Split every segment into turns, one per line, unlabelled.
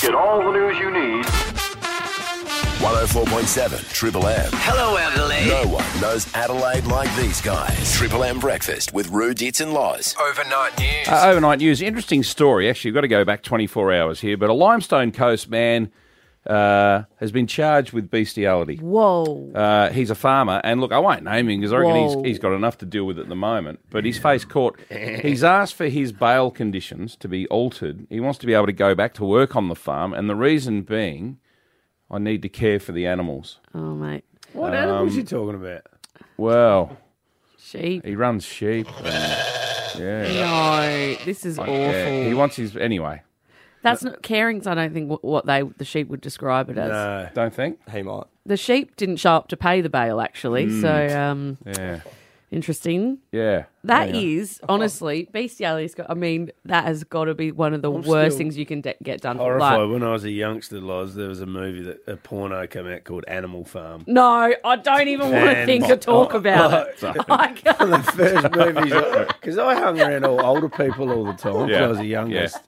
Get all the news you need.
104.7 Triple M.
Hello, Adelaide.
No one knows Adelaide like these guys. Triple M breakfast with Rue Dits and Laws.
Overnight news.
Uh, overnight news. Interesting story. Actually, you've got to go back 24 hours here, but a Limestone Coast man uh, has been charged with bestiality.
Whoa.
Uh, he's a farmer, and look, I won't name him because I reckon
Whoa.
he's, he's got enough to deal with at the moment. But his face caught. He's asked for his bail conditions to be altered. He wants to be able to go back to work on the farm, and the reason being, I need to care for the animals.
Oh, mate.
What animals you talking about?
Well,
Sheep.
he runs sheep. and- yeah.
No, this is awful.
yeah. He wants his anyway.
That's not caring's. I don't think wh- what they the sheep would describe it as.
No.
Don't think.
He might.
The sheep didn't show up to pay the bail, actually.
Mm.
So um,
Yeah.
interesting.
Yeah.
That is
Anyway.
honestly bestiality's got. I mean, that has got to be one of the worst things you can de- get done. for
Horrified.
life.
When I was a youngster, Loz, there was a movie that a porno came out called Animal Farm.
No, I don't even want to
Man,
think
my-
or talk about it. I can't.
the first movies because I hung around all older people all the time 'cause
Yeah.
I was the youngest.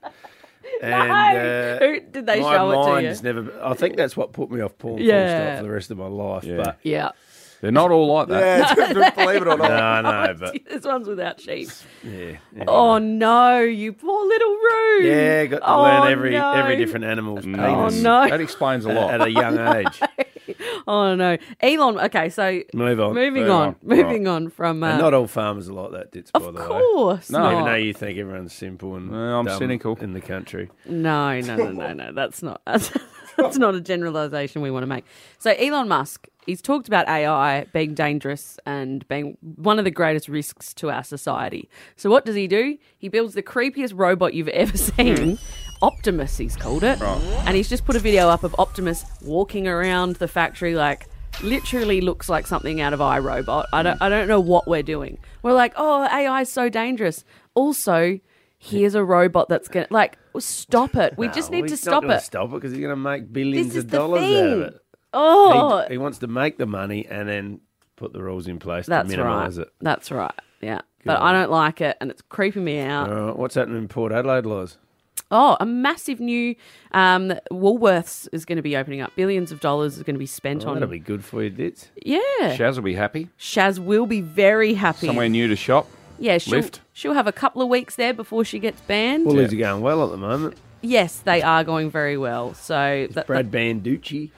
No.
And uh,
Who did they
my
show it to you?
mind's never. I think that's what put me off porn full
Yeah.
stop for the rest of my life.
Yeah.
But
yeah,
They're not all like that.
Yeah, believe it or not.
no, no, but
this one's without sheep.
yeah,
Oh no, you poor little Roo.
yeah, got to
Oh,
learn every
no.
every different animal's
Oh
penis
no.
That explains a
at a
lot.
young age.
Oh no. Elon. Okay, so
Move on.
moving
Move
on,
on.
moving on from. Uh,
And not all farmers are like that, Dits, by
of
the way.
course.
No.
not.
Even though you think everyone's simple and
Well, I'm
dumb
cynical.
in the country.
No, no, no, no, no. That's not that's, not a generalization we want to make. So Elon Musk, he's talked about AI being dangerous and being one of the greatest risks to our society. So what does he do? He builds the creepiest robot you've ever seen. Optimus, he's called it. And he's just put a video up of Optimus walking around the factory like literally looks like something out of iRobot. I don't I don't know what we're doing. We're like, "Oh, AI is so dangerous." Also, here's a robot that's going to like stop it. We just
No,
need to
he's not
stop
gonna
it.
Stop it because he's going to make
This
billions
is
of
the
dollars
thing.
out of it. He-
Oh,
He, wants to make the money and then put the rules in place
that's
to
right.
minimise it.
That's right. Yeah. But I don't like it and it's creeping me out.
All right, what's happening in Port Adelaide, Laws?
Oh, a massive new um, Woolworths is going to be opening up. Billions of dollars is going to be spent
Oh, That'll
on.
be good for you, Dits.
yeah.
Shaz will be happy.
Shaz will be very happy.
Somewhere new to shop.
yeah, she'll,
Lyft.
she'll have a couple of weeks there before she gets banned.
Well, these are going well at the moment.
yes, they are going very well. So, that,
Brad Banducci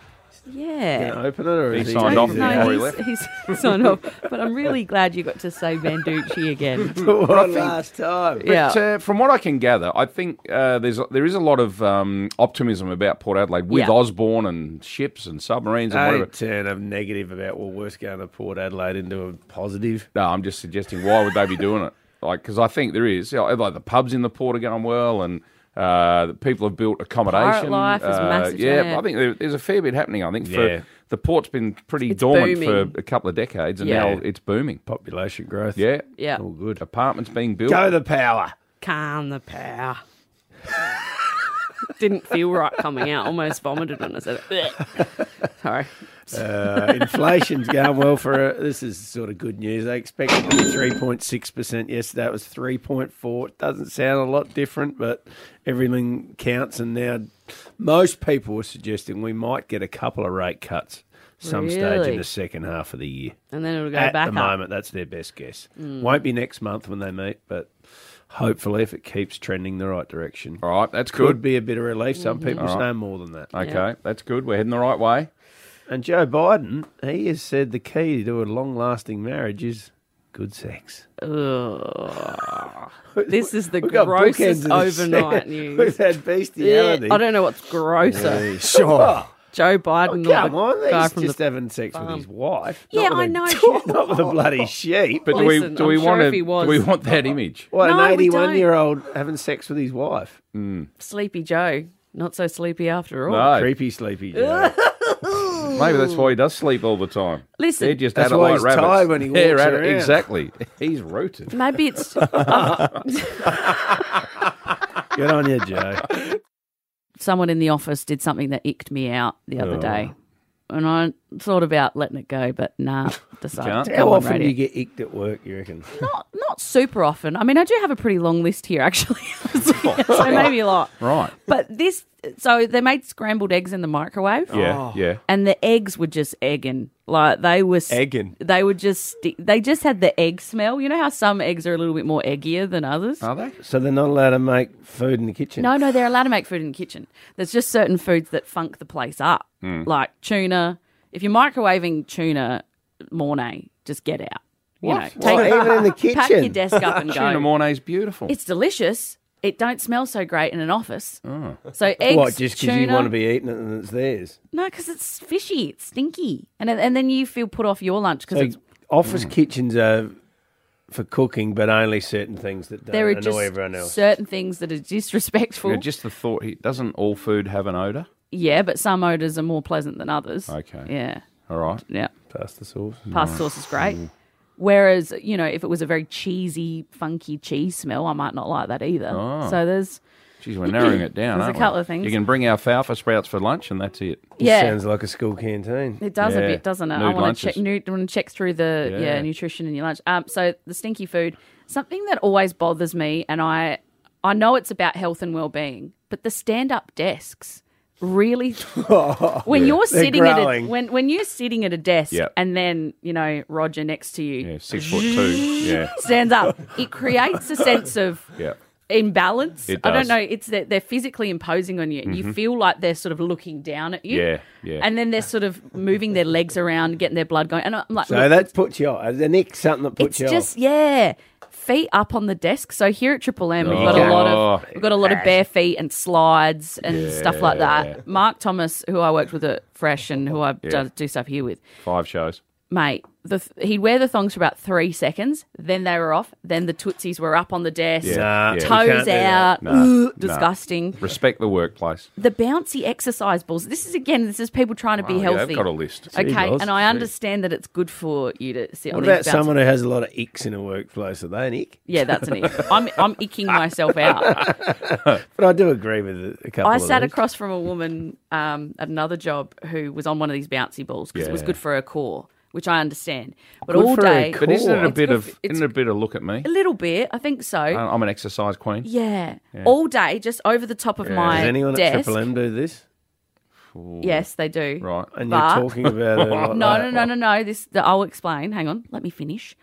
yeah.
going to open it, or
He
is he
signed
is
off
he
now.
out?
before he
No, he's, he's signed off. But I'm really glad you got to say Banducci again.
One last time.
yeah.
But uh, from what I can gather, I think uh, there's there is a lot of um, optimism about Port Adelaide with
Yeah.
Osborne and ships and submarines and whatever.
Don't turn a negative about well, worse going to Port Adelaide into a positive.
No, I'm just suggesting why would they be doing it? Like, because I think there is you know, like the pubs in the port are going well and. Uh, the people have built accommodation.
life is
Uh,
massive,
Yeah,
yeah.
I think there, there's a fair bit happening. I think for
Yeah.
the port's been pretty
It's
dormant
booming.
for a couple of decades, and
Yeah.
now it's booming.
Population growth.
Yeah,
Yeah.
All good.
apartments being built.
Go the power.
Calm the power. Didn't feel right coming out. Almost vomited when I said it. Sorry.
Uh, inflation's going well for uh, this is sort of good news. I expected to be three point six percent yesterday. It was three point four. It doesn't sound a lot different, but everything counts. And now most people were suggesting we might get a couple of rate cuts some stage
Really?
in the second half of the year.
And then it'll go
At
back
the
up.
moment, that's their best guess. Won't be next month when they meet, but hopefully, if it keeps trending the right direction,
All right, that's
could
good.
be a bit of relief. Some
Mm-hmm.
people
All right.
saying more than that.
Okay,
Yeah.
that's good. We're heading the right way.
And Joe Biden, he has said the key to a long lasting marriage is good sex.
This is the
We've got bookends
grossest
of this.
overnight
We've
news.
had
Yeah,
bestiality.
I don't know what's grosser.
Sure.
Joe Biden or
Oh, Come
the
on,
guy
he's
from
just
the.
having sex with his wife.
Yeah,
not with
I
a-
know.
not with a bloody sheep.
But do
Listen,
we do
I'm
we
sure
want
if he was-
to do we want that image?
What,
No, we
an
don't.
81 year old having sex with his wife?
Sleepy Joe. Not so sleepy after all.
No,
Creepy, sleepy Joe.
maybe that's why he does sleep all the time.
Listen.
They're just
That's
Adelaide
why he's
rabbits.
tired when he walks
They're Ad-
around.
Exactly, he's rooted.
Maybe it's.
Good on you, Joe.
someone in the office did something that icked me out the other day. And I thought about letting it go, but nah, decided
can't.
to
How
go on
often do
radio.
you get icked at work, you reckon?
not, not super often. I mean, I do have a pretty long list here, actually. so maybe a lot.
Right.
But this so they made scrambled eggs in the microwave.
Yeah, Oh. yeah.
And the eggs were just egging. Like they were s-
Egging.
They were just sti- they just had the egg smell. You know how some eggs are a little bit more eggier than others?
Oh,
Are they? So they're not allowed to make food in the kitchen.
No, no, they're allowed to make food in the kitchen. There's just certain foods that funk the place up,
Mm.
like tuna. If you're microwaving tuna mornay, just get out. You know,
What? What? Even in the
Pack your
kitchen?
desk up and go.
Tuna mornay's beautiful.
It's delicious. It don't smell so great in an office. So eggs,
What, just because
tuna.
you want to be eating it and it's theirs?
No, because it's fishy. It's stinky, and and then you feel put off your lunch because
So
it's Mm.
office kitchens are for cooking, but only certain things that don't
there are
annoy
just
everyone else.
certain things that are disrespectful.
Yeah, just the thought. He, doesn't all food have an odor?
yeah, but some odors are more pleasant than others.
Okay.
Yeah.
All right.
Yeah.
Pasta sauce.
Pasta sauce is great. Whereas, you know, if it was a very cheesy, funky cheese smell, I might not like that either.
Oh.
So there's
Jeez, we're narrowing it
There's
down.
a
aren't we?
couple of things.
You can bring our falfa sprouts for lunch, and that's it.
This Yeah.
sounds like a school canteen.
it does a
Yeah.
bit, doesn't it? I
Nude
want to
lunches.
check nude, want to check through the yeah.
Yeah.
nutrition in your lunch. Um, so the stinky food, something that always bothers me, and I I know it's about health and well being, but the stand up desks really when
Yeah.
you're
They're
sitting at a,
growing.
when when you're sitting at a desk
Yep.
and then you know Roger next to you
Yeah, six foot two. Yeah,
stands up, it creates a sense of
yeah.
imbalance.
It
I don't
does.
know. It's that they're physically imposing on you, and you
Mhm.
feel like they're sort of looking down at you.
Yeah, yeah.
And then they're sort of moving their legs around, getting their blood going. And I'm like,
So
look,
that puts you off. The nick something that puts
it's
you
just yeah, feet up on the desk. So here at Triple M, we've got a lot of
Oh.
we've got a lot of bare feet and slides and stuff like
Yeah.
that. Mark Thomas, who I worked with at Fresh and who I
Yeah.
do, do stuff here with,
Five shows.
mate, the th- he'd wear the thongs for about three seconds, then they were off, then the tootsies were up on the desk,
Yeah, Nah, yeah.
toes out,
Nah,
ooh,
nah.
disgusting.
Respect the workplace.
The bouncy exercise balls. This is again, this is people trying to be
Wow, Oh, yeah, they've
healthy.
got a list. Gee,
Okay,
Loz,
and I
gee.
understand that it's good for you to sit
off. What
on
about
these bouncy.
someone who has a lot of icks in a workplace? Are they an ick?
yeah, that's an ick. I'm I'm icking myself out.
but I do agree with a- a couple
I
of
sat
those.
across from a woman um, at another job who was on one of these bouncy balls because it was
Yeah.
good for her core, which I understand. But
Good
all
for a
day,
But isn't it a
It's
bit
good
of
for- it's
isn't it a bit of look at me?
a little bit? I think so.
I- I'm an exercise queen.
Yeah.
Oh. Yeah.
All day, just over the top of
Yeah.
my
Does anyone
desk.
at Triple M do this?
Yes, they do.
Right. And
But-
you're talking about it. Like
no,
that.
no, no, no, no. This the, I'll explain. Hang on, let me finish.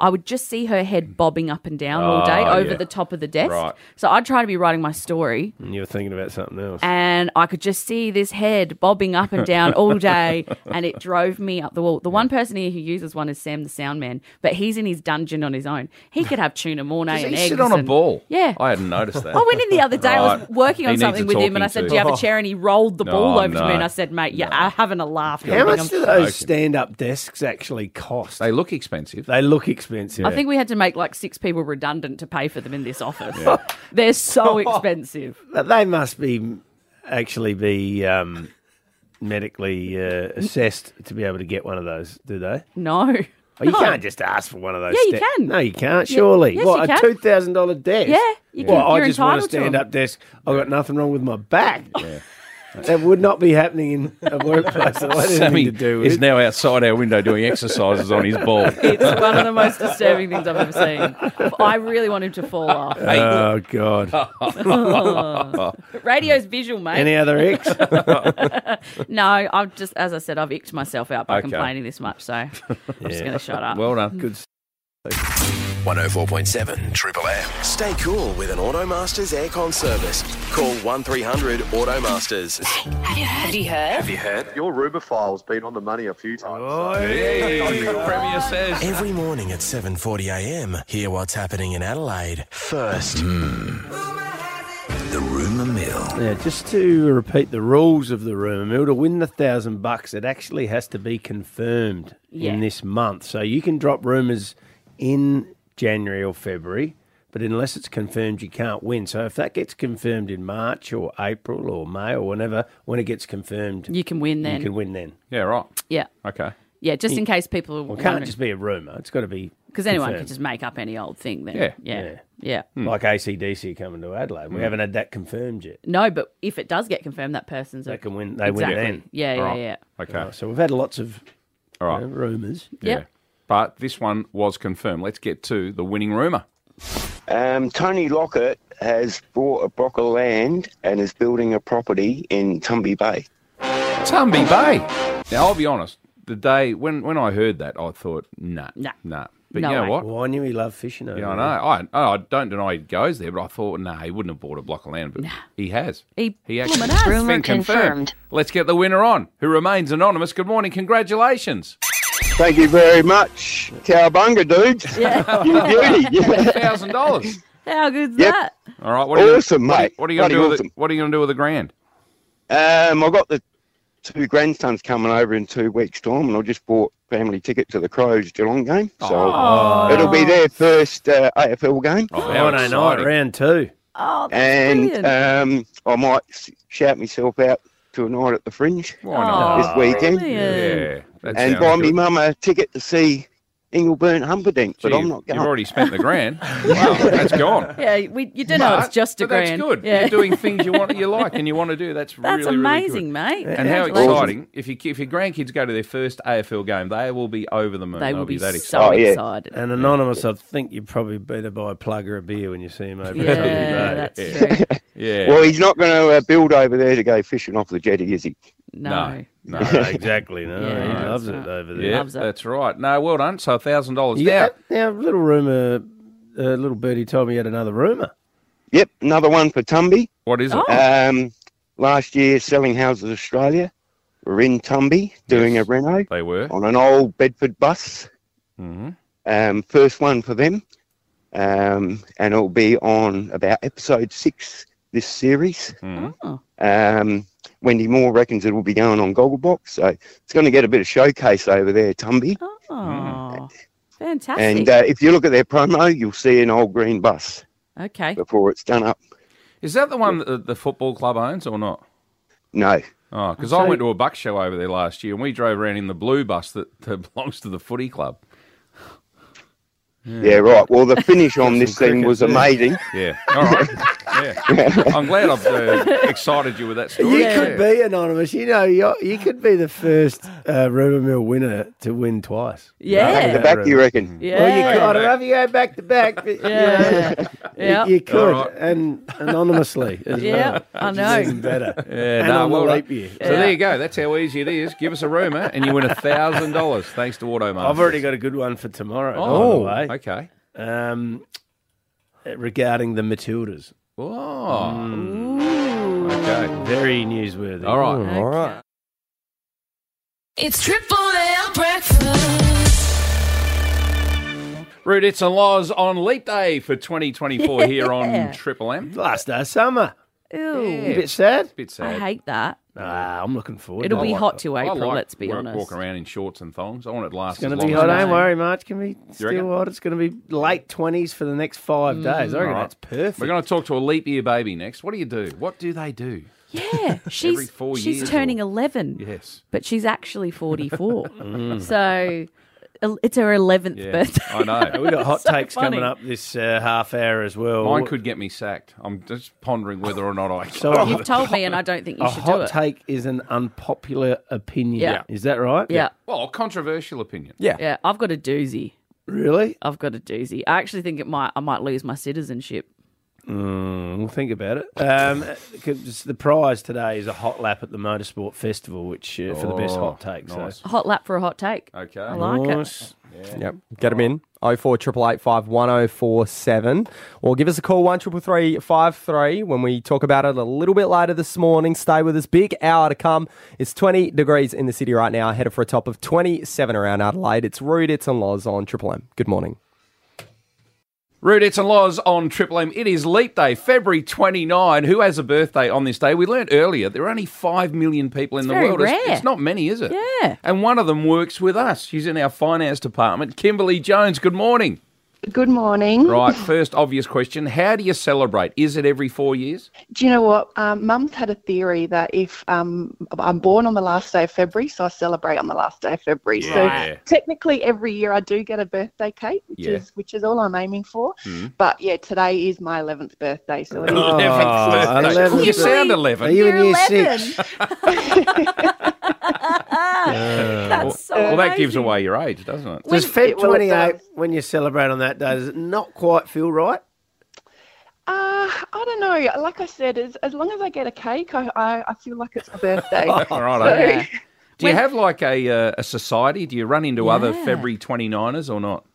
I would just see her head bobbing up and down all day
Ah,
over
yeah.
the top of the desk.
Right.
So I'd try to be writing my story,
And you're thinking about something else.
and I could just see this head bobbing up and down all day, and it drove me up the wall. The one person here who uses one is Sam the sound man, but he's in his dungeon on his own. He could have tuna mornay
Does
and
he
eggs.
sit on a
and-
ball?
Yeah.
I hadn't noticed that.
I went in the other day. I was
Right.
working on
He needs
something
a
with him, and I
talking
said,
to.
"Do you have a chair?" And he rolled the ball
Oh,
over to me,
no.
and I said, "Mate, yeah, I'm having a laugh."
How much do those
I
stand up desks actually cost? They
look expensive.
They look expensive.
think we had to make like six people redundant to pay for them in this office. They're so expensive.
But they must be actually be um, medically uh, assessed to be able to get one of those, do they?
No.
Oh, you
No.
can't just ask for one of those.
Yeah, you
sta-
can.
No, you can't.
Yeah.
Surely,
Yes,
what
you
a
can.
two thousand dollar desk?
Yeah, you
Well,
can-
I
you're
just want a
entitled to
stand
them.
up desk. I've got nothing wrong with my back. That would not be happening in a workplace that I didn't
Sammy
mean to do
is
with.
now outside our window doing exercises on his ball.
It's one of the most disturbing things I've ever seen. I really want him to fall off.
Oh God!
Radio's visual, mate.
Any other icks?
no, I've just, as I said, I've icked myself out by
Okay.
complaining this much, so I'm just going to shut up.
Well done.
Good.
104.7 Triple M. Stay cool with an Automasters aircon service. Call 1300 Automasters.
Have you heard? Have you heard?
Have you heard?
Your rubophile's been on the money a few times.
Premier says.
Every morning at 7.40am, hear what's happening in Adelaide first. Hmm. The Rumour Mill.
Now, just to repeat the rules of the rumor mill, to win the thousand bucks, it actually has to be confirmed
Yeah.
in this month. So you can drop rumors in January or February, but unless it's confirmed, you can't win. So if that gets confirmed in March or April or May or whenever, when it gets confirmed,
You can win then.
You can win then.
Yeah, right.
Yeah.
Okay.
Yeah, just in
You-
case people are
Well, it
wondering.
can't just be a rumor. It's got to be
Because anyone
confirmed.
could just make up any old thing then.
Yeah.
Yeah.
Yeah.
Yeah.
like ACDC coming to Adelaide. We
Mm.
haven't had that confirmed yet.
No, but if it does get confirmed, that person's
They
a-
can win. They
exactly.
win then.
Yeah, yeah, yeah.
Okay.
Right, So we've had lots of
All right.
rumors.
Yep.
Yeah. But this one was confirmed. Let's get to the winning rumour.
Um, Tony Lockett has bought a block of land and is building a property in Tumby Bay.
Tumby Bay. Now I'll be honest. The day when when I heard that, I thought, nah,
Nah.
nah. But
No
you know
way.
what?
Well, I knew he loved fishing. Over
Yeah,
there.
I know. I, I don't deny he goes there, but I thought, nah, he wouldn't have bought a block of land, but he has.
He,
He actually
Bloomin' has.
it's been
Rumour confirmed.
Let's get the winner on, who remains anonymous. Good morning, congratulations.
Thank you very much, Cowbunga dudes.
Yeah.
You beauty.
Thousand dollars.
How good's
Yep.
that?
All right, what are
Awesome,
you, what are-
mate.
What are you going
Bloody
to do? With
awesome.
the, what are you going to do with the grand?
Um, I've got the two grandsons coming over in two weeks' time, and I just bought family ticket to the Crows Geelong game. So
Oh.
it'll be their first uh, AFL game.
Oh, how
Friday night,
exciting.
round two.
Oh, that's
and
brilliant.
um, I might s- shout myself out to a night at the Fringe
Why not?
Oh,
this weekend,
Brilliant.
Yeah, that
and
sounds
buy me
good.
mum a ticket to see Ingleburn Humperdinck. But
Gee,
I'm not going.
You've already spent the grand. wow, that's gone.
Yeah, we, you do know it's just a
but that's
grand.
good.
Yeah.
You're doing things you want, you like, and you want to do. That's,
That's
really,
amazing,
really
mate.
good. And how
Congratulations.
exciting! If your if your grandkids go to their first AFL game, they will be over the moon.
They
They'll
will be
that excited.
so
Oh, yeah.
excited.
And anonymous, I think you'd probably better buy a plug or a beer when you see him over.
Yeah,
Yeah.
that's
Yeah.
true.
Yeah.
Well, he's not going to uh, build over there to go fishing off the jetty, is he?
No.
no.
No, exactly. No,
Yeah,
he
that's
loves
right.
it over there.
Yeah,
Loves it.
that's right. No, well done. So thousand dollars.
Yeah.
Yeah.
Now, little rumor, uh, little birdie told me he had another rumor.
Yep, another one for Tumby.
What is it?
Oh.
Um, last year, Selling Houses Australia were in Tumby doing
Yes.
a reno
They were.
on an old Bedford bus.
hmm
Um, first one for them, um, and it'll be on about episode six this series.
hmm
Oh.
Um, Wendy Moore reckons it'll be going on Gogglebox, so it's going to get a bit of showcase over there, Tumby.
Oh.
And
Fantastic.
Mm-hmm. uh, if you look at their promo, you'll see an old green bus
okay.
before it's done up.
Is that the one that the- the football club owns or not?
No,
Oh, because I went to a buck show over there last year, and we drove around in the blue bus that, that belongs to the footy club.
yeah, right. Well, the finish on this
Some
thing
cricket,
was
yeah.
amazing.
Yeah. All right. yeah. I'm glad I've uh, excited you with that
You
story.
could be anonymous. You know, you you could be the first uh, rumor mill winner to win twice.
Back to
Yeah.
that-
back, you reckon?
Yeah.
Well, you got it. Have you go back to back? but, you know,
Yeah. yeah.
You could,
All right.
and anonymously. As
Yeah,
well,
I
which is
know.
even better.
Yeah,
And
nah,
on the
well
leap
done.
year.
So there you go. That's how easy it is. Give us a rumour, and you win a thousand dollars thanks to Auto
I've already got a good one for tomorrow.
Oh,
by the way.
okay.
Um, regarding the Matildas,
Oh.
Mm.
Okay.
very newsworthy.
All right.
All right.
It's Triple L breakfast.
Root, it's and Laws on Leap Day for 2024 here on
Yeah.
Triple M.
Last day of summer.
Ew.
A bit sad.
Bit sad.
I hate that.
Nah, I'm looking forward.
It'll
to
be
it.
hot to
I
April,
like
let's be
walk,
honest.
Walk around in shorts and thongs. I want it to last.
It's going
as
to be
long
hot.
as
Don't
possible.
worry, March. Can be
reckon? Mm.
still hot. It's going to be late twenties for the next five days. I reckon
All right.
that's perfect.
We're going to talk to a leap year baby next. What do you do? What do they do?
Yeah. She's
four
she's
years
turning
or-
11,
Yes.
but she's actually 44. so el- it's her 11th
Mm. Yeah.
birthday.
I know.
we got hot
So
takes coming
funny.
up this uh, half hour as well.
Mine could get me sacked. I'm just pondering whether or not I can.
So
You've told me, and I don't think you
Oh, a
should do
hot
it.
take is an unpopular opinion.
Yeah.
Is that right?
yeah.
well, controversial opinion.
Yeah. I've got a doozy.
Really?
I've got a doozy. I actually think it might. I might lose my citizenship.
Mm, we'll think about it. Um, 'cause the prize today is a hot lap at the Motorsport Festival, which uh, for the best hot take.
nice.
So.
Hot lap for a hot take.
Okay.
I like it.
Nice.
Yep. Get them in. 04 888 oh, or give us a call one triple three five three when we talk about it a little bit later this morning. Stay with us. Big hour to come. It's 20 degrees in the city right now. Headed for a top of 27 around Adelaide. It's Rude, it's on Laws on Triple M. Good morning.
Rude, it's and Laws on Triple M. It is Leap Day, February 29. Who has a birthday on this day? We learnt earlier there are only 5 million people in the
very
world. It's-
rare.
It's, not many, is it?
Yeah.
And one of them works with us. She's in our finance department. Kimberly Jones, good morning.
Good morning.
Right, first obvious question How do you celebrate? Is it every four years?
Do you know what? Um, Mum's had a theory that if um, I'm born on the last day of February, so I celebrate on the last day of February.
Yeah.
So technically, every year I do get a birthday cake, which
Yeah.
is which is all I'm aiming for. But yeah, today is my 11th birthday, so it is
Oh,
11th birthday.
11th.
You sound
Are
11.
you in
You're
year
11.
six?
Ah, That's so
well, that gives
amazing.
away your age, doesn't it?
Does
Well,
Feb
it does.
28, when you celebrate on that day, does it not quite feel right?
Uh, I don't know. Like I said, as, as long as I get a cake, I, I, I feel like it's my birthday.
All right.
So-
eh? Do you have like a uh, a society? Do you run into other
Yeah.
February 29ers or not?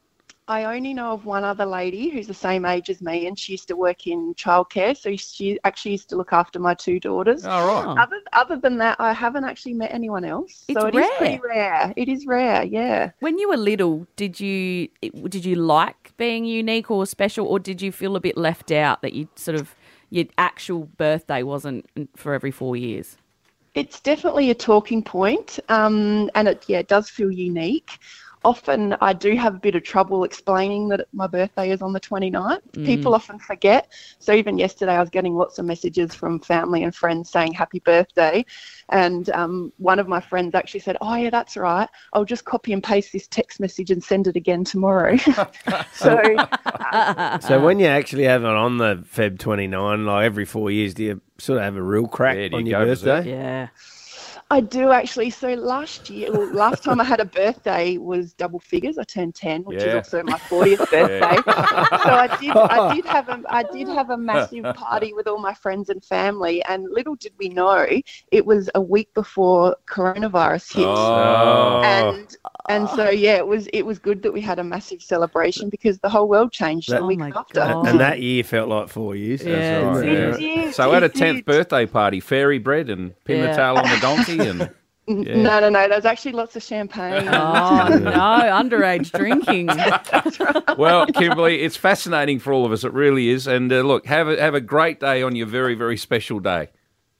I only know of one other lady who's the same age as me, and she used to work in childcare. So she actually used to look after my two daughters.
All right. Oh.
Other, other than that, I haven't actually met anyone else.
It's
so it is pretty rare. It is rare, yeah.
When you were little, did you it- did you like being unique or special, or did you feel a bit left out that you sort of your actual birthday wasn't for every four years?
It's definitely a talking point, um, and it yeah it does feel unique. Often I do have a bit of trouble explaining that my birthday is on the 29th. People
Mm.
often forget. So even yesterday I was getting lots of messages from family and friends saying happy birthday, and um, one of my friends actually said, "Oh yeah, that's right. I'll just copy and paste this text message and send it again tomorrow." so
So when you actually have it on the Feb 29, like every four years, do you sort of have a real crack
do you
on your
go berserk?
birthday?
Yeah.
I do actually. So last year, well, last time I had a birthday was double figures. I turned ten, which is
Yeah.
also my fortieth birthday. So I did, I did have a, I did have a massive party with all my friends and family. And little did we know, it was a week before coronavirus hit.
Oh.
And and so yeah, it was it was good that we had a massive celebration because the whole world changed
That-
the week after.
And, and that year felt like four years.
That's right,
It
yeah.
did,
Oh. So at a
it
10th birthday party, fairy bread and pin
Yeah.
the tail on the donkey and
N-
Yeah.
No,
Uh-huh.
no, no. There's actually lots of champagne.
Oh no, underage drinking.
well, Kimberly, it's fascinating for all of us. It really is. And uh, look, have a, have a great day on your very very special day.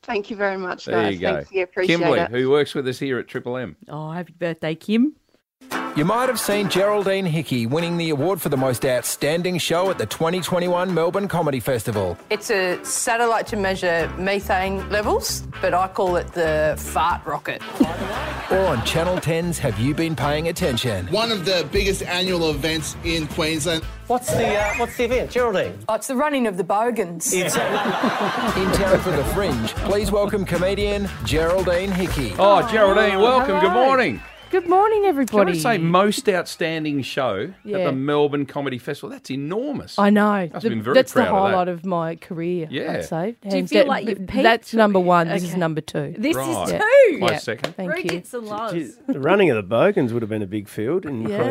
Thank you very much,
There
guys.
you go,
Thanks, yeah, appreciate
Kimberly,
it.
who works with us here at Triple M.
Oh, happy birthday, Kim.
You might have seen Geraldine Hickey winning the award for the most outstanding show at the 2021 Melbourne Comedy Festival.
It's a satellite to measure methane levels, but I call it the fart rocket.
Or on Channel 10's Have You Been Paying Attention?
One of the biggest annual events in Queensland.
What's the uh, what's the event, Geraldine? Oh, it's the running of the bogans.
In town for the fringe, please welcome comedian Geraldine Hickey.
Oh, Geraldine, welcome. Good morning.
Good morning,
Can
everybody.
I say most outstanding show at
Yeah.
the Melbourne Comedy Festival? That's enormous.
I know.
Must
The-
have been very
that's
proud
the
of that.
highlight of, my career.
Yeah.
I'd say.
Do you
Hands
feel
down.
like you've peaked?
That's number one. This is
Okay.
number two.
This
Right.
is
Yeah.
two.
Close second.
Thank
Rue
you.
gets the love.
The running of the Bogans would have been a big field in
Yeah.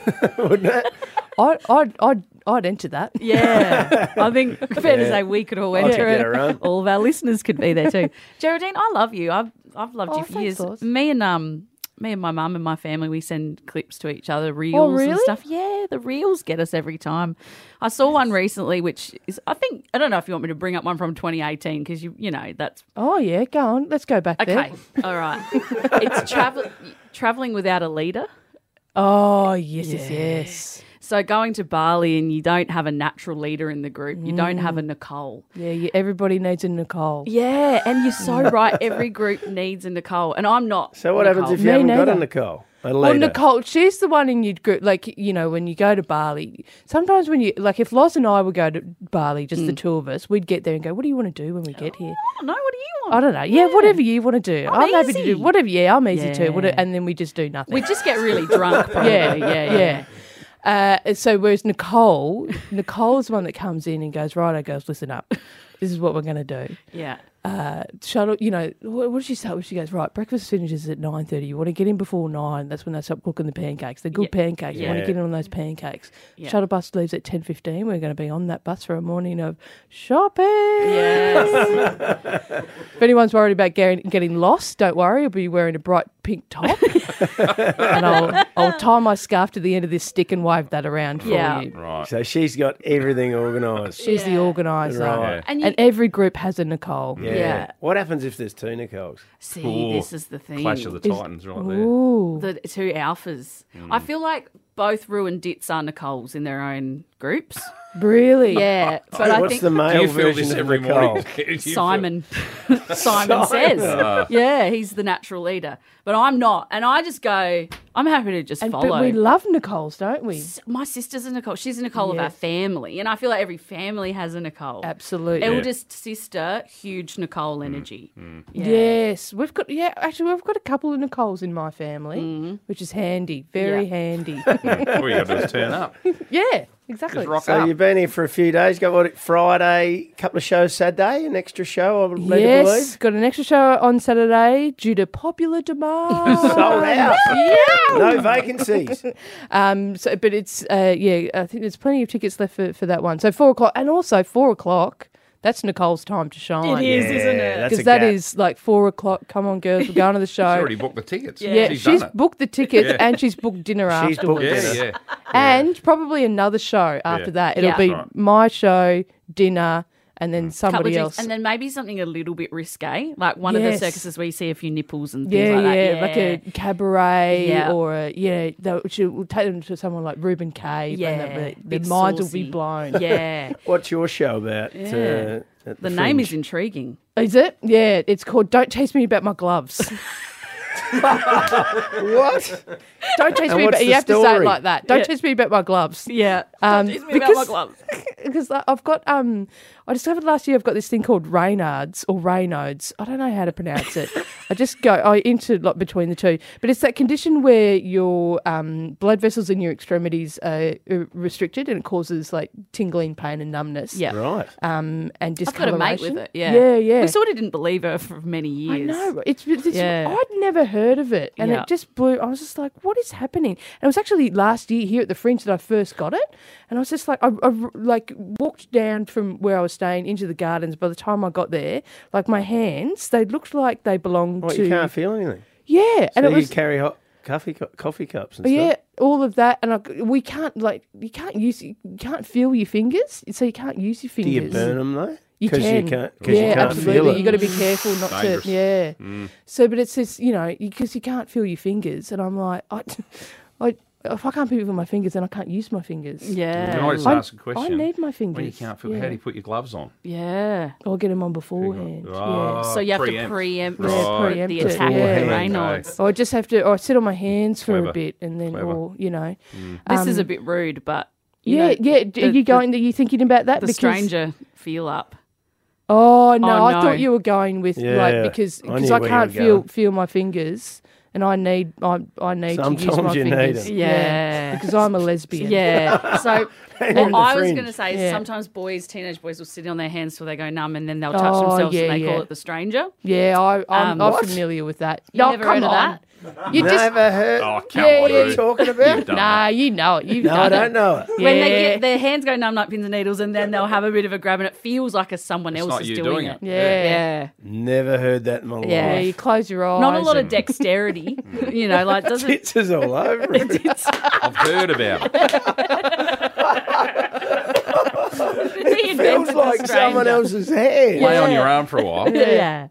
Queensland, wouldn't it?
I, I'd, I'd, I'd enter that.
Yeah. I think fair to
Yeah.
say we could all
I
enter
could get a
it.
run.
All of our listeners could be there too. Geraldine, I love you. I've I've loved
Oh,
you for
thanks,
years.
Oz.
Me and um me and my mum and my family we send clips to each other, reels and
Oh, really?
stuff. Yeah, the reels get us every time. I saw one recently which is I think I don't know if you want me to bring up one from 2018 because you you know that's
Oh yeah, go on. Let's go back there.
okay. all right. It's travel traveling without a leader.
Oh yes, yes, yes.
So going to Bali and you don't have a natural leader in the group. You don't have a Nicole.
Yeah, you, everybody needs a Nicole.
Mm. Yeah, and you're so right. Every group needs a Nicole, and I'm not.
So what happens
Nicole.
if you haven't got a Nicole? A
Well,
leader?
Nicole, she's the one in your group. Like you know, when you go to Bali, sometimes when you like, if Loz and I would go to Bali, just the
Mm.
two of us, we'd get there and go, "What do you want to do when we get here?"
I don't know. What do you want?
I don't know. Yeah, whatever you want to do,
I'm
I'm, happy to
easy.
do whatever. Yeah, I'm easy
Yeah.
too. What, and then we just do nothing.
We just get really drunk. Probably.
yeah,
yeah, yeah.
yeah. Uh, so whereas Nicole, Nicole's the one that comes in and goes, "Right, I goes, listen up. This is what we're going to do."
Yeah.
uh, shuttle. You know, what, what did she say? She goes right. Breakfast finishes at nine thirty. You want to get in before nine. That's when they stop cooking the pancakes. They're good pancakes. You want
Yeah.
to get in on those pancakes.
Yeah.
Shuttle bus leaves at ten fifteen. We're going to be on that bus for a morning of shopping.
Yes.
if anyone's worried about getting, getting lost, don't worry. I'll be wearing a bright pink top, and I'll, I'll tie my scarf to the end of this stick and wave that around for you.
Right. So she's got everything organised.
She's the organizer,
Right.
And
and,
you-
every group has a Nicole.
Yeah. What happens if there's two Nicoles?
See, this is the thing. The two alphas.
Mm.
I feel like both Rue and Ditz are Nicoles in their own groups.
Really?
Yeah. But I
What's
think
the male
Do you feel
version
this
of
every
Nicole?
morning? Do you feel-
Simon. Simon says.
Ah.
Yeah, he's the natural leader. But I'm not. And I just go, I'm happy to just
And,
follow.
but we love Nicole's, don't we?
my sister's a Nicole. She's a Nicole of our
Yes.
family, and I feel like every family has a Nicole.
Absolutely.
Eldest sister, huge Nicole energy. Yeah.
Yes, we've got yeah. Actually, we've got a couple of Nicoles in my family, which is handy, very
Yeah.
handy.
All you got to do is turn up.
yeah, Exactly.
so you've been here for a few days. Got what? Friday, couple of shows Saturday, an extra show. I would need to
Yes, got an extra show on Saturday due to popular demand.
believe. Sold out.
Oh, Yeah.
No vacancies.
um, so, but it's uh, yeah, I think there's plenty of tickets left for, for that one. So four o'clock, and also four o'clock. That's Nicole's time to shine.
It is, Yeah, isn't it? that's a
Because that
gap.
is like four o'clock. Come on, girls, we're going to the
She's
show.
already booked the tickets.
Yeah,
She's
she's,
done it.
booked the tickets
Yeah.
and she's booked dinner
She's booked
afterwards.
dinner. Yeah, yeah.
and probably another show after
Yeah.
that. It'll
Yeah.
be
Right. Mm.
my show, dinner, and then
Couple of
somebody
drinks,
else.
and then maybe something a little bit risque, like one of the
Yes.
circuses where you see a few nipples and things
yeah,
like
yeah,
that.
like a cabaret
Yeah.
or a yeah. They'll, she'll take them to someone like Ruben Cave,
Yeah,
and the,
big
the minds will
saucy.
be blown.
Yeah.
What's your show about?
Yeah.
uh,
The
at the
name
Fringe?
is intriguing.
is it? Yeah, it's called "Don't Chase Me About My Gloves."
what?
Don't chase
And
me.
what's
About,
the
you have to say it
story?
like that. Don't
Yeah.
chase me about my gloves. Yeah. Um,
chase me about my gloves.
Because like, I've got um, I discovered last year I've got this thing called Raynaud's or Raynaud's. I don't know how to pronounce it. I just go I interlock between the two. But it's that condition where your um, blood vessels in your extremities are are restricted and it causes like tingling pain and numbness.
Yeah. Right.
Um, and
I've got a
discoloration.
mate with it. Yeah,
Yeah. Yeah.
We sort of didn't believe her for many years.
I know. It's, it's it's-
Yeah.
I'd never heard of it, and
Yeah.
it just blew. I was just like, "What is happening?" And it was actually last year here at the Fringe that I first got it, and I was just like, I, I like walked down from where I was staying into the gardens. By the time I got there, like my hands, they looked like they belonged
What,
to.
you can't feel anything.
Yeah, and
So
it was Oh,
you carry hot coffee cu- coffee cups and
yeah,
stuff.
all of that, and I, we can't like you can't use you can't feel your fingers, so you can't use your
Do
fingers.
you burn 'em, though?
You
'Cause you
can,
can't- 'cause you
yeah,
can't feel
absolutely.
it.
You got to be careful not
Dangerous.
to, yeah.
Mm.
So, but it's this, you know, because you, can't feel your fingers, and I'm like, I, I, if I can't feel my fingers, then I can't use my fingers.
You can always
I-
ask a question.
I need my fingers.
When you can't feel, how do you put your gloves on?
Yeah, or get them on beforehand.
Oh,
yeah.
So you have to Uh, preempt. preempt the attack of the
yeah.
Reynolds.
Or I just have to, or I sit on my hands for
Clever.
a bit, and then,
Clever.
or you know,
This
um,
is a bit rude, but you
Yeah,
know,
yeah. Are
the-
you going?
the,
are you thinking about that?
the
because,
stranger feel up?
Oh no,
Oh,
I
no.
thought you were going with
Yeah,
like because
I
because
knew
I,
where you
can't
were
feel
going.
feel my fingers and I need I I need to use my
Sometimes you need
fingers.
'em.
Yeah.
because I'm a lesbian.
Yeah. So
And
well,
the
I was
fringe.
going to say
Yeah.
sometimes boys, teenage boys, will sit on their hands till they go numb, and then they'll touch
Oh,
themselves,
yeah,
and they
yeah.
call it the stranger.
Yeah, I,
Um,
I'm, I'm
What?
familiar with that.
You
No,
never
come
heard of
on.
that?
You just
Never
heard.
Oh,
come on, dude. Talking about? You've done
nah, you know it. You've
No, I
done
don't know it.
When they
Yeah.
get their hands go numb like pins and needles, and then they'll have a bit of a grab, and it feels like it's someone else
not
is
you
doing,
doing
it.
it.
Yeah.
yeah.
Never heard that in my
Yeah,
life.
you
close your eyes.
Not a lot of dexterity, you know. Like doesn't
Tits is all over. it.
I've heard about it.
it feels like someone else's hand.
Lay on your arm for a while.
Yeah.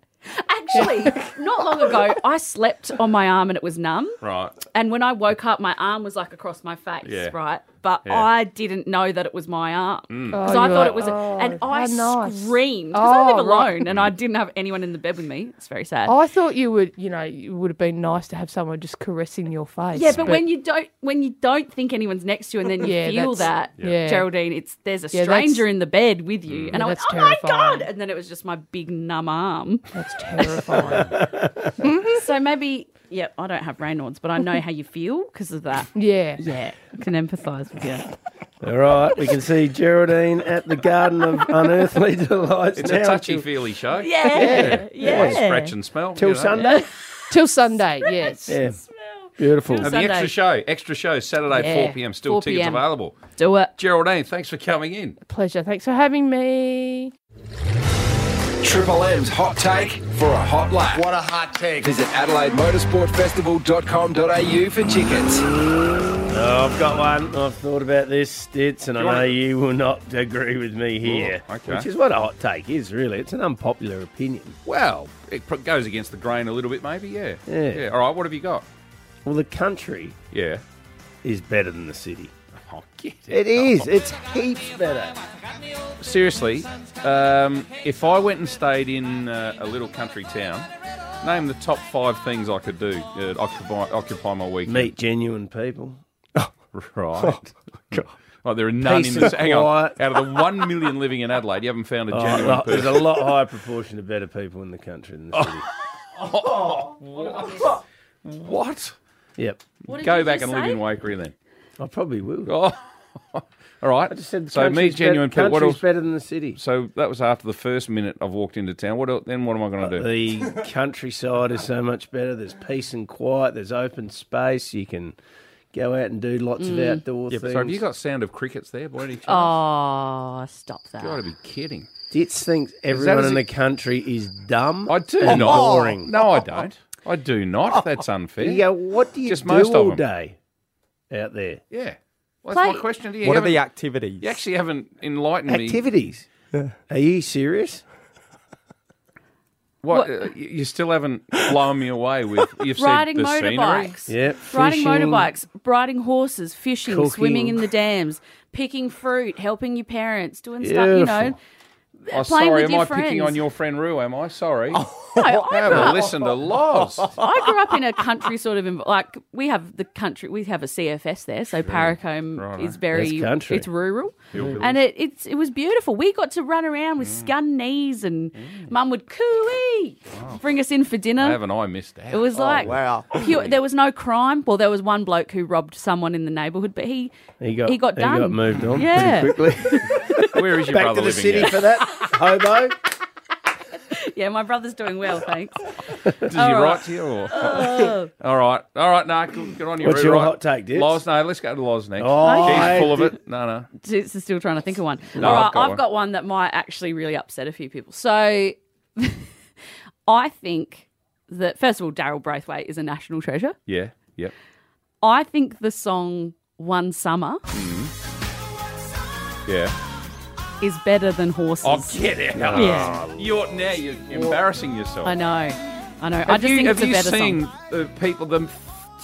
Actually, not long ago, I slept on my arm and it was numb.
Right.
And when I woke up, my arm was like across my face,
Yeah.
right? But
Yeah.
I didn't know that it was my arm
Mm.
because
Oh,
I
you're
thought
like,
it was.
"Oh,
and I
how nice."
screamed because I
Oh,
live
right. Oh,
alone and I didn't have anyone in the bed with me. It's very sad.
I thought you would, you know, it would have been nice to have someone just caressing your face.
yeah, but, when you don't when you don't think anyone's next to you and then you
Yeah,
feel
that's-
that,
yeah.
Geraldine, it's there's a
Yeah, that's-
stranger in the bed with you, and
Yeah,
I went,
that's
"Oh my
terrifying.
god!" And then it was just my big numb arm.
That's terrifying.
so maybe, yeah, I don't have Raynaud's, but I know how you feel because of that.
Yeah,
yeah, can empathise with you.
All right, we can see Geraldine at the Garden of Unearthly Delights.
It's
now
a touchy
until-
feely show.
Yeah, Yeah. yeah.
Scratch and smell.
Till
you know.
Sunday?
till Sunday, yes.
Yeah. Beautiful.
And the extra show, extra show Saturday,
Yeah.
4 p.m. Still
4
tickets
p.m..
available.
Do it.
Geraldine, thanks for coming in.
Pleasure. Thanks for having me.
Triple M's hot take for a hot lap. What a hot take. Visit AdelaideMotorsportFestival.com.au for tickets.
Oh, I've got one. I've thought about this, Stitz, and I
Do you
know
want-
you will not agree with me here.
Oh, okay.
Which is what a hot take is, really. It's an unpopular opinion.
Well, it pr- goes against the grain a little bit, maybe. Yeah.
Yeah.
All right. What have you got?
Well, the country
yeah.
is better than the city.
Oh, get
It is. It's heaps better.
Seriously, um, if I went and stayed in uh, a little country town, name the top five things I could do. Uh, occupy, occupy my weekend.
Meet genuine people.
Right. Like there are none
Oh, Peace
in this.
and
Hang on.
quiet.
Out of the one million living in Adelaide, you haven't found a
Oh,
genuine
no,
person.
there's a lot higher proportion of better people in the country than the city.
what? What?
Yep.
Go back and live in Wakery then.
I probably will.
Oh, All right.
I just said the
so me,
country's
genuine
better-
Pete, what
country's
else?
better than the city.
So that was after the first minute I've walked into town. What el- then? What am I
Uh,
going to do?
The countryside is so much better. There's peace and quiet. There's open space. You can go out and do lots
Mm.
of outdoor
Yeah, but
things.
so have you got sound of crickets there by any chance?
Oh, stop that.
You gotta be kidding.
Ditz thinks
Is
everyone
that-
in the country is dumb.
I do
and
not.
Boring. Oh.
No, I don't. I do not. That's unfair.
You go, what do you
Just
do
most of
all
them.
day out there?
Yeah. Well, that's my
Play-
question to you.
What
You
are the
haven't-
activities?
You actually haven't enlightened me.
Activities. Are you serious?
What, uh, you you still haven't blown me away with you've
Riding
said the
motorbikes.
scenery.
Riding motorbikes, riding horses, fishing, swimming in
Cooking.
the dams, picking fruit, helping your parents, doing stuff, you know.
Oh,
playing
sorry,
with
am
your
I picking
friends.
on your friend Rue? Am I sorry?
No, I grew up-
listen to Lost.
I grew up in a country sort of env- like we have the country we have a CFS there, so Paracombe
Righto.
is very
That's country.
it's rural,
Hillbillies.
and it it's it was beautiful. We got to run around with
Mm.
scun knees, and Mum would cooey bring us in for dinner.
Haven't Mm. I Oh, missed that?
It was like pure, there was no crime. Well, there was one bloke who robbed someone in the neighbourhood, but he
He got,
he got done.
moved on
Yeah.
pretty quickly.
Where is your
Back
brother
to the
living
city
now?
for that, hobo.
yeah, my brother's doing well, thanks.
Does
All
he
right.
write to you? Or?
Oh.
All right. All right. Nah, good, good on you,
What's
Rue,
your
right?
hot take, Dibs?
Loz, no, let's go to Loz next.
Oh, I
She's full of
did-
it. No, no.
It's still trying to think of one.
No,
All
I've
right,
got
I've
one.
got one that might actually really upset a few people. So I think that, first of all, Daryl Braithwaite is a national treasure.
Yeah. Yep.
I think the song One Summer
Yeah.
is better than Horses.
Oh, get out.
Yeah.
You're, now you're embarrassing yourself.
I know. I know. I
Have
just
you,
think
have
it's a
you
better
seen
song.
the people, the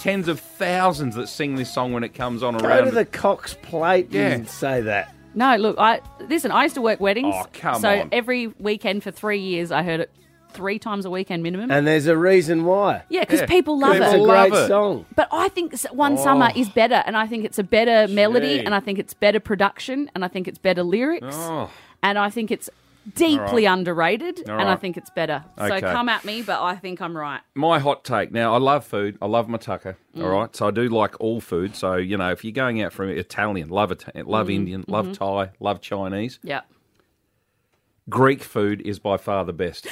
tens of thousands that sing this song when it comes on
Go
around?
to the Cox Plate
Yeah.
and say that.
No, look, I listen, I used to work weddings.
Oh, come
so
on.
every weekend for three years, I heard it three times a weekend minimum.
And there's a reason why.
Yeah, 'cause Yeah. people love
it's
it.
a
Love
great
it.
song.
But I think s- One
Oh.
Summer is better, and I think it's a better melody,
Gee.
and I think it's better production, and I think it's better lyrics,
Oh.
and I think it's deeply
All right.
underrated,
All
and I
right.
think it's better.
Okay.
So come at me, but I think I'm right.
my hot take now i love food i love my tucker all
Mm.
right so i do like all food so you know if you're going out for italian love Ita- love
Mhm,
indian love
mhm.
thai love chinese
Yep.
greek food is by far the best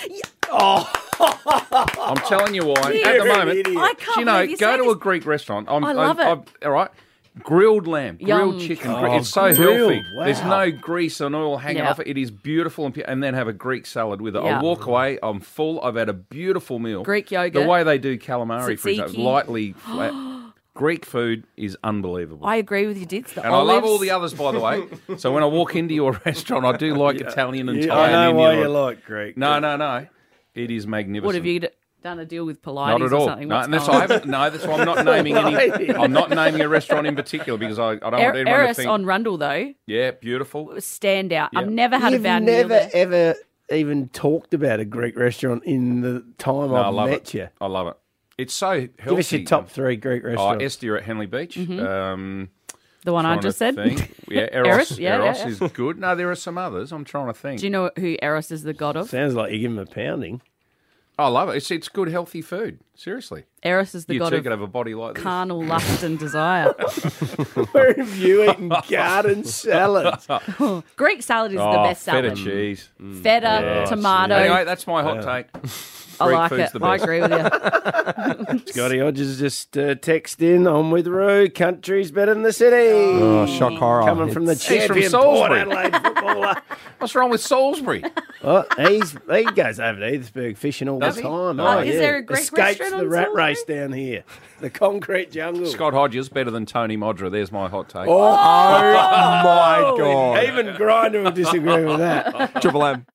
Oh,
i'm telling you why at
You're
the
an
moment
idiot. I can't
you know
believe you
go
said
to a greek restaurant I'm,
I love
I'm-
it.
I'm- all right grilled lamb
Yum.
grilled chicken gri-
Oh,
it's so
grilled,
healthy there's
wow.
no grease and oil hanging
Yeah.
off it it is beautiful and, pu- and then have a greek salad with it
Yeah.
i walk away i'm full i've had a beautiful meal
Greek yogurt.
the way they do calamari for
Tzatziki.
example lightly flat Greek food is unbelievable.
I agree with you, Dits. The
and I love all
olives.
the others, by the way. so when I walk into your restaurant, I do like Italian and
Yeah,
Thai.
I know
and
why
Indian.
you like Greek.
No, no, no. It is magnificent.
What have you d- done a deal with Pilates
Not at
or
all.
something?
No,
What's
and that's
going
why I
on?
haven't- no, that's why I'm not naming any. I'm not naming a restaurant in particular because I, I don't want
Er-
anyone to
Eris
think.
on Rundle though
yeah, beautiful.
was standout. I've
Yeah.
never had
You've
a bad meal
never
there.
ever even talked about a Greek restaurant in the time
No, I
I've
love it.
met you.
I love it. It's so healthy.
Give us your top three Greek
Oh,
restaurants.
Estia at Henley Beach. Um,
The one Mm-hmm. I
trying to
just said.
think. Yeah, Eros.
Eros, yeah, yeah,
Eros
yeah.
is good. No, there are some others. I'm trying to think.
Do you know who Eros is the god of?
Sounds like you give him a pounding.
I love it. It's it's good, healthy food. Seriously.
Eros is the
you
god
two
of
could have a body like this.
carnal lust and desire.
Where have you eaten garden salads?
Greek salad is the
Oh,
best
feta
salad.
cheese.
Feta, tomato.
Anyway, that's my hot
Yeah.
take.
I
Greek
like
food's
it.
the
I
best.
agree with you.
Scotty Hodges just uh, text in. On with Roo. Country's better than the city.
Oh, shock horror.
Mm, Coming from the
It's- He's
champion
from
Port
Salisbury.
Adelaide uh, footballer.
What's wrong with Salisbury?
oh, he's, he goes over to Eathsburg fishing all
Does
the
he?
time.
Oh,
Oh,
is
yeah.
there a Greek
Escapes
restaurant
the
on
rat race down here. The concrete jungle.
Scott Hodges better than Tony Modra. There's my hot take.
Oh,
oh my God.
Even Grinder will disagree with that.
Triple M.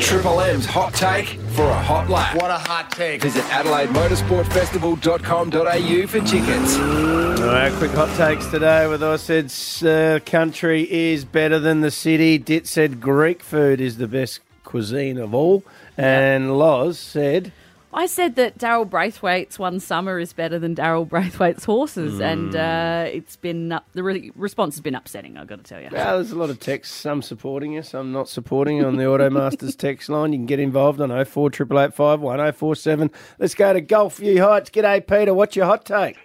Triple M's hot take for a hot lap.
What a hot take.
Visit AdelaideMotorsportFestival.com.au for tickets.
All right, quick hot takes today with I said uh, country is better than the city. Dit said Greek food is the best cuisine of all. And Loz said.
I said that Daryl Braithwaite's One Summer is better than Daryl Braithwaite's Horses,
Mm.
and uh, it's been up, the re- response has been upsetting. I've got to tell you.
Well, there's a lot of texts, some supporting you, some not supporting you on the Automasters text line. You can get involved on 04 888 1047. Let's go to Gulfview Heights. G'day, Peter. What's your hot take?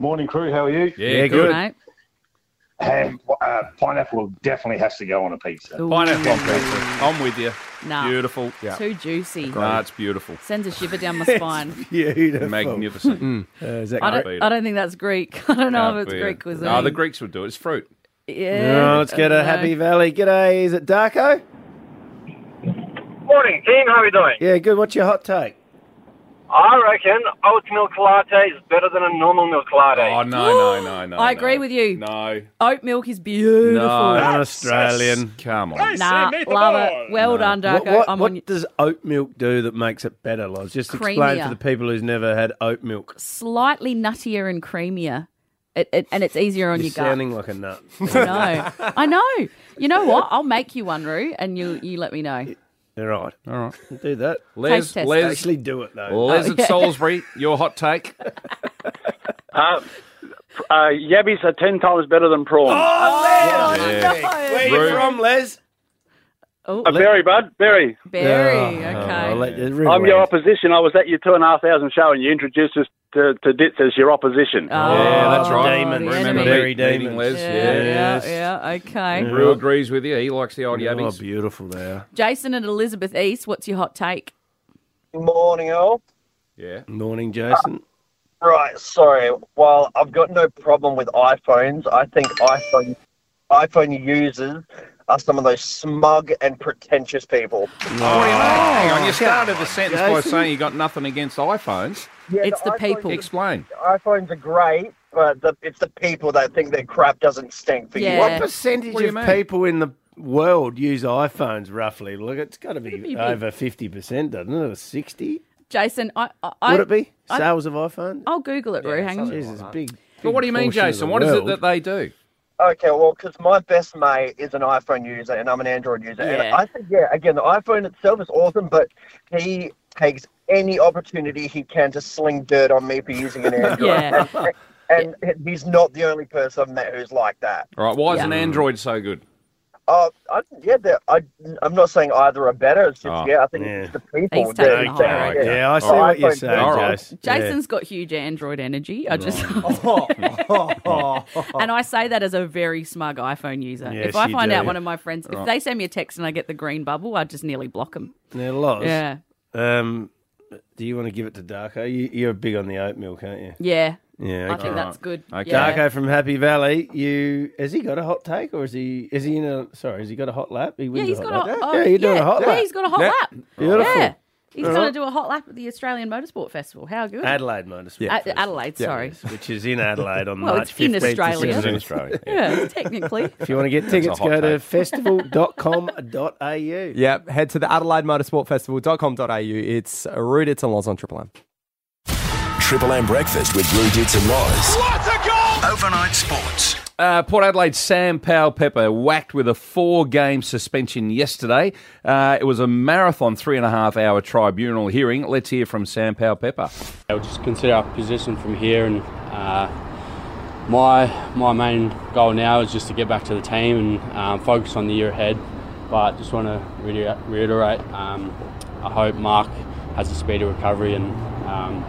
Morning, crew. How are you?
Yeah, good.
ham, uh, pineapple definitely has to go on a pizza.
Pineapple on pizza. I'm with you.
Nah.
Beautiful.
Too juicy.
Nah, it's beautiful.
Sends a shiver down my
It's
spine.
Beautiful.
Magnificent.
Uh, is that
I
Can't beat
don't,
it.
I don't think that's Greek. I don't know
Can't
if it's
beat
Greek
it.
cuisine.
No, the Greeks would do it. It's fruit.
Yeah.
let's get
I
a
don't know.
Happy Valley. G'day. Is it Darko?
Morning, team. How are you doing?
Yeah, good. What's your hot take?
I reckon oat milk latte is better than a normal milk latte.
Oh, no, no, no, no.
I agree with you.
No.
Oat milk is beautiful.
Not Australian.
Come on.
Nah, love it. Well done, Darko.
What, what,
I'm
what
on you.
does oat milk do that makes it better, Loz? Just explain
Creamier.
for the people who's never had oat milk.
Slightly nuttier and creamier. It, it, and it's easier on
You're
your gut.
sounding like a nut.
No, I know. You know what? I'll make you one, Roo, and you you let me know.
All right.
All right.
Do that.
Les,
test.
Les,
Actually do it, though.
Les
Oh,
at
yeah.
Salisbury, your hot take.
Uh, uh, yabbies are ten times better than prawns.
Oh,
Where you from, Les?
Oh,
uh, Barry, bud, Barry.
Barry,
okay.
I'm your opposition. I was at your two and a half thousand show, and you introduced us to, to Ditz as your opposition.
yeah, that's right.
Demon.
Remember meet-
Very demon.
meeting Les?
Oh, Yeah,
yes.
yeah, yeah, okay.
Rue agrees with you. He likes the old
Oh,
yabbies.
beautiful there.
Jason and Elizabeth East, what's your hot take?
Morning, all.
Yeah.
Morning, Jason.
Right, sorry. While I've got no problem with iPhones, I think iPhone iPhone users are some of those smug and pretentious people.
Oh,
Oh.
Hang on, you started the sentence by
Jason.
saying you got nothing against iPhones.
Yeah, It's the the iPhone- people.
Explain.
iPhones are great, but the, it's the people that think their crap doesn't stink for you.
What percentage
What do you
of
mean?
people in the world use iPhones roughly? Look, it's got to
Pretty
be
big.
over 50%, doesn't it? Or 60?
Jason, I, I I-
Would it be?
I-
Sales of iPhone?
I'll Google it, Roo. Hang on.
Jesus, big.
But what do you mean,
portion of
Jason?
the
What is it
world.
that they do?
Okay, well, because my best mate is an iPhone user and I'm an Android user. And
Yeah.
I think, yeah, again, the iPhone itself is awesome, but he takes any opportunity he can to sling dirt on me for using an Android.
Yeah.
And, and he's not the only person I've met who's like that.
All right, why is
Yeah.
an Android so good?
Uh, I, yeah, they're- I, I'm not saying either are better. It's just,
Oh,
yeah, I think it's just the people. that-
taking the
that-
whole road. Yeah, I see what you're
iPhone-
saying, All right. Jace. Yeah.
Jason's got huge Android energy. I just and I say that as a very smug iPhone user.
Yes,
if I
you
find
do.
out one of my friends, if
Right.
they send me a text and I get the green bubble, I just nearly block them.
Now, Loz,
Yeah.
Um, do you want to give it to Darko? You, you're big on the oat milk, aren't you?
Yeah.
Yeah,
I think that's good. Okay. Yeah.
Darko from Happy Valley. You has he got a hot take or is he is he in a sorry? Has he got a hot lap? He
Yeah,
wins
he's
a
got
hot
a
lap.
oh,
yeah, you're doing a hot
yeah,
lap.
he's got a hot
Yeah.
lap.
Beautiful.
Yeah. He's
All
going to
right.
do a hot lap at the Australian Motorsport Festival. How good.
Adelaide Motorsport.
Ad-
Festival.
Adelaide, sorry.
Yes, which is in Adelaide on
Well,
March
it's in
15th to
Australia.
16th.
It's in Australia, yeah. Yeah, technically.
If you want to get
That's a
tickets,
hot
go to
take.
festival.com.au. Yeah.
Yep, head to the Adelaide Motorsport Festival.com.au. It's uh, Rude, it's and Laws on Triple M.
Triple M breakfast with Rue Dits and Laws.
What a goal! Overnight sports.
Uh, Port Adelaide Sam Powell Pepper whacked with a four game suspension yesterday. Uh, it was a marathon three and a half hour tribunal hearing. Let's hear from Sam Powell Pepper.
I'll just consider our position from here, and uh, my my main goal now is just to get back to the team and um, focus on the year ahead. But just want to reiter- reiterate, um, I hope Mark has a speedy recovery, and um,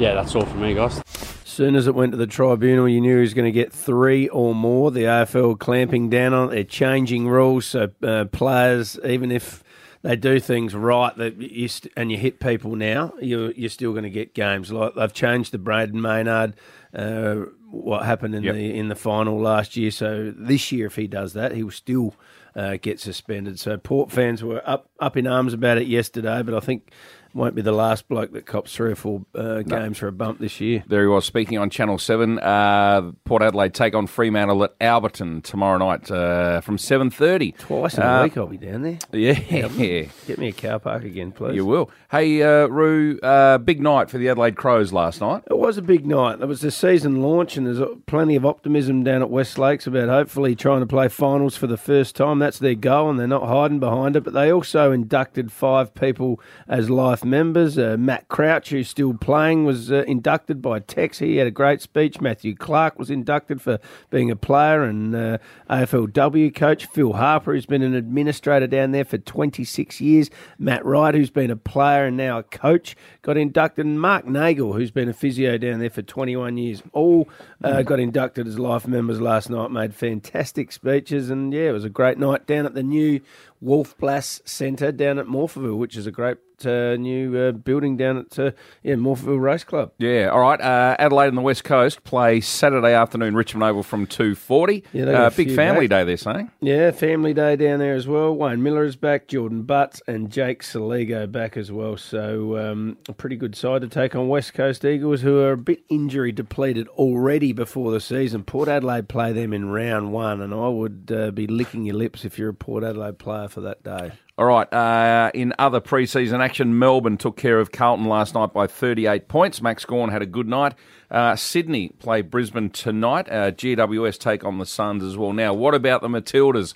yeah, that's all from me, guys.
Soon as it went to the tribunal, you knew he was going to get three or more. The AFL clamping down on it. They're changing rules so uh, players, even if they do things right, that you st- and you hit people now, you're you're still going to get games. Like they've changed the Braden Maynard. Uh, what happened in
Yep.
the in the final last year? So this year, if he does that, he will still uh, get suspended. So Port fans were up up in arms about it yesterday, but I think won't be the last bloke that cops three or four uh, games for a bump this year.
There he was speaking on Channel 7. Uh, Port Adelaide take on Fremantle at Alberton tomorrow night uh, from 7.30.
Twice in a
Uh,
week, I'll be down there.
Yeah.
Get me a car park again, please.
You will. Hey, uh, Roo, uh, big night for the Adelaide Crows last night.
It was a big night. It was the season launch, and there's plenty of optimism down at West Lakes about hopefully trying to play finals for the first time. That's their goal, and they're not hiding behind it. But they also inducted five people as live staff members. Uh, Matt Crouch, who's still playing, was uh, inducted by Tex. He had a great speech. Matthew Clark was inducted for being a player and uh, AFLW coach. Phil Harper, who's been an administrator down there for 26 years. Matt Wright, who's been a player and now a coach, got inducted. And Mark Nagel, who's been a physio down there for 21 years, all uh, got inducted as life members last night. Made fantastic speeches, and yeah, it was a great night down at the new Wolf Blass Centre down at Morpheville, which is a great uh, new uh, building down at uh, yeah Morpheville Race Club.
Yeah, all right. Uh, Adelaide and the West Coast play Saturday afternoon, Richmond Oval from 2.40.
Yeah, they got a
uh, big
few
family
back.
day, they're saying.
Yeah, family day down there as well. Wayne Miller is back, Jordan Butts and Jake Saligo back as well. So um, a pretty good side to take on West Coast Eagles, who are a bit injury depleted already before the season. Port Adelaide play them in round one, and I would uh, be licking your lips if you're a Port Adelaide player for that day.
All right. Uh, in other preseason action, Melbourne took care of Carlton last night by 38 points. Max Gorn had a good night. Uh, Sydney play Brisbane tonight. Uh, GWS take on the Suns as well. Now, what about the Matildas?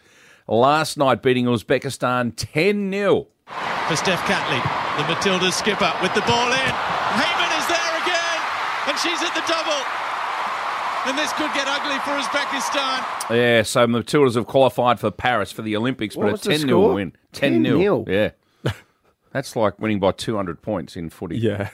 Last night beating Uzbekistan 10 0.
for Steph Catley. The Matildas skipper with the ball in. Heyman is there again, and she's at the double. And this could get ugly for Uzbekistan.
Yeah, so Matildas have qualified for Paris for the Olympics,
What
but a
was the
10 0
score?
win. 10 0.
10-0.
Yeah. That's like winning by 200 points in footy. Yeah.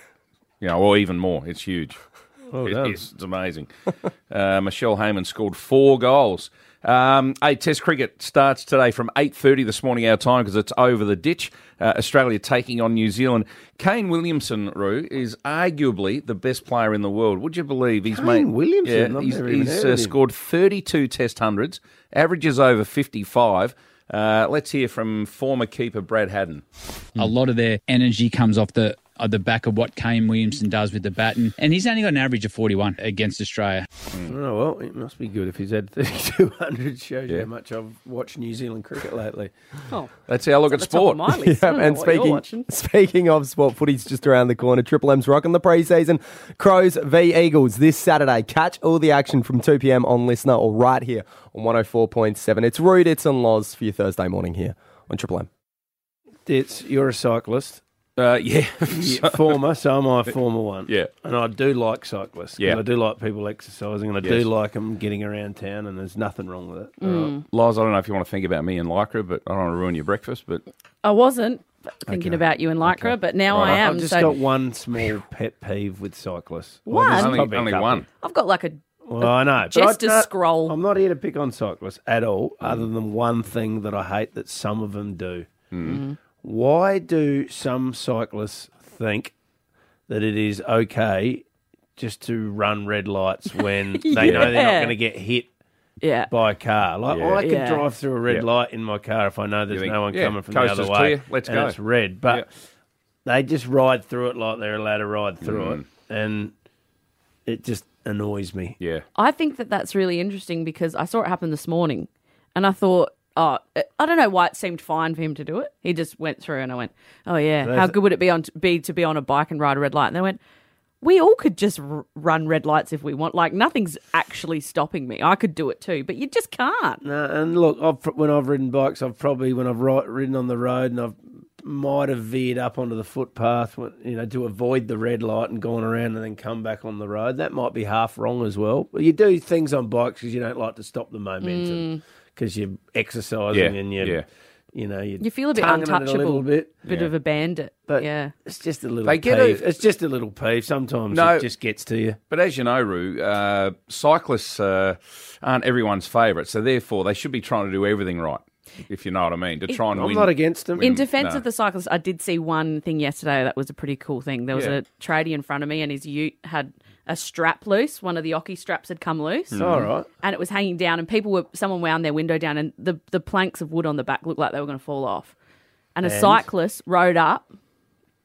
You know, or even more. It's huge.
Well
It-
done.
it's, it's amazing. uh, Michelle Hayman scored four goals. Um, eight Test cricket starts today from 8.30 this morning our time because it's over the ditch. Uh, Australia taking on New Zealand. Kane Williamson, Roo, is arguably the best player in the world. Would you believe he's
Kane
made...
Williamson? I've
he's,
never even
he's,
heard
uh,
of him.
scored 32 Test hundreds, averages over 55. Uh, let's hear from former keeper Brad Haddin.
A lot of their energy comes off the off the back of what Kane Williamson does with the bat, and, and he's only got an average of 41 against Australia.
Oh well, it must be good if he's had 3,200. Shows you
Yeah.
how much I've watched New Zealand cricket lately.
Oh,
That's our look at sport.
Yeah, and speaking speaking of sport, footy's just around the corner. Triple M's rocking the preseason. Crows v Eagles this Saturday. Catch all the action from 2 p.m. on Listener or right here on 104.7. It's Rude, it's on Laws for your Thursday morning here on Triple M.
It's you're a cyclist.
Uh, yeah.
Yeah, former, so am I a former one.
Yeah.
And I do like cyclists. 'cause
Yeah.
I do like people exercising and I
Yes.
do like them getting around town and there's nothing wrong with it.
Mm.
Liz, I don't know if you want to think about me and Lycra, but I don't want to ruin your breakfast. But
I wasn't thinking
Okay.
about you and Lycra, but now I
Right.
am.
I've
Just
so
got one small pet peeve with cyclists. Well,
One?
there's
Only-
probably a
only
couple.
one.
I've got like a.
Well, I know. but
Just
I-
a
no,
scroll.
I'm not here to pick on cyclists at all,
Mm.
other than one thing that I hate that some of them do.
Mm.
Why do some cyclists think that it is okay just to run red lights when they know they're not
Yeah.
going to get hit
Yeah.
by a car? Like,
Yeah.
I could
Yeah.
drive through a red
Yeah.
light in my car if I know there's
You think,
no one
yeah,
coming from
coast
the other
is
way.
clear, let's
and
go.
It's red, but they just ride through it like they're allowed to ride through it,
Mm-hmm.
and it just annoys me.
Yeah.
I think that that's really interesting because I saw it happen this morning, and I thought, oh, I don't know why it seemed fine for him to do it. He just went through, and I went, oh yeah,
That's-
how good would it be on be to be on a bike and ride a red light? And they went, we all could just r- run red lights if we want. Like nothing's actually stopping me. I could do it too, but you just can't.
No, and look, I've, pr- when I've ridden bikes, I've probably when I've ri- ridden on the road and I've might have veered up onto the footpath, when, you know, to avoid the red light and gone around and then come back on the road. That might be half wrong as well. But you do things on bikes because you don't like to stop the momentum
Mm.
because you're exercising
Yeah,
and you,
yeah.
are you know, you're
You feel a bit
tonguing it
untouchable,
a little bit,
bit of a bandit. But yeah,
it's just a little.
They get
peeve.
a-
it's just a little peeve. Sometimes
No.
it just gets to you.
But as you know, Roo, uh, cyclists uh, aren't everyone's favourite, so therefore they should be trying to do everything right, if you know what I mean, to try and win.
Mm,
In defence
no.
of the cyclist, I did see one thing yesterday that was a pretty cool thing. There was
Yeah.
a tradie in front of me, and his ute had a strap loose. One of the ocky straps had come loose.
Mhm. All right.
And it was hanging down, and people were someone wound their window down, and the the planks of wood on the back looked like they were going to fall off. And a
And?
cyclist rode up,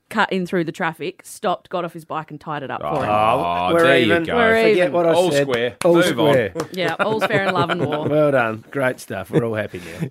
cut in through the traffic, stopped, got off his bike, and tied it up for him.
Ah.
Oh, we're there you even. go.
We're
Forget
even.
what I
All
said.
square.
All
Move on.
square.
Yeah, all's fair in love and war.
Well done. Great stuff. We're all happy now.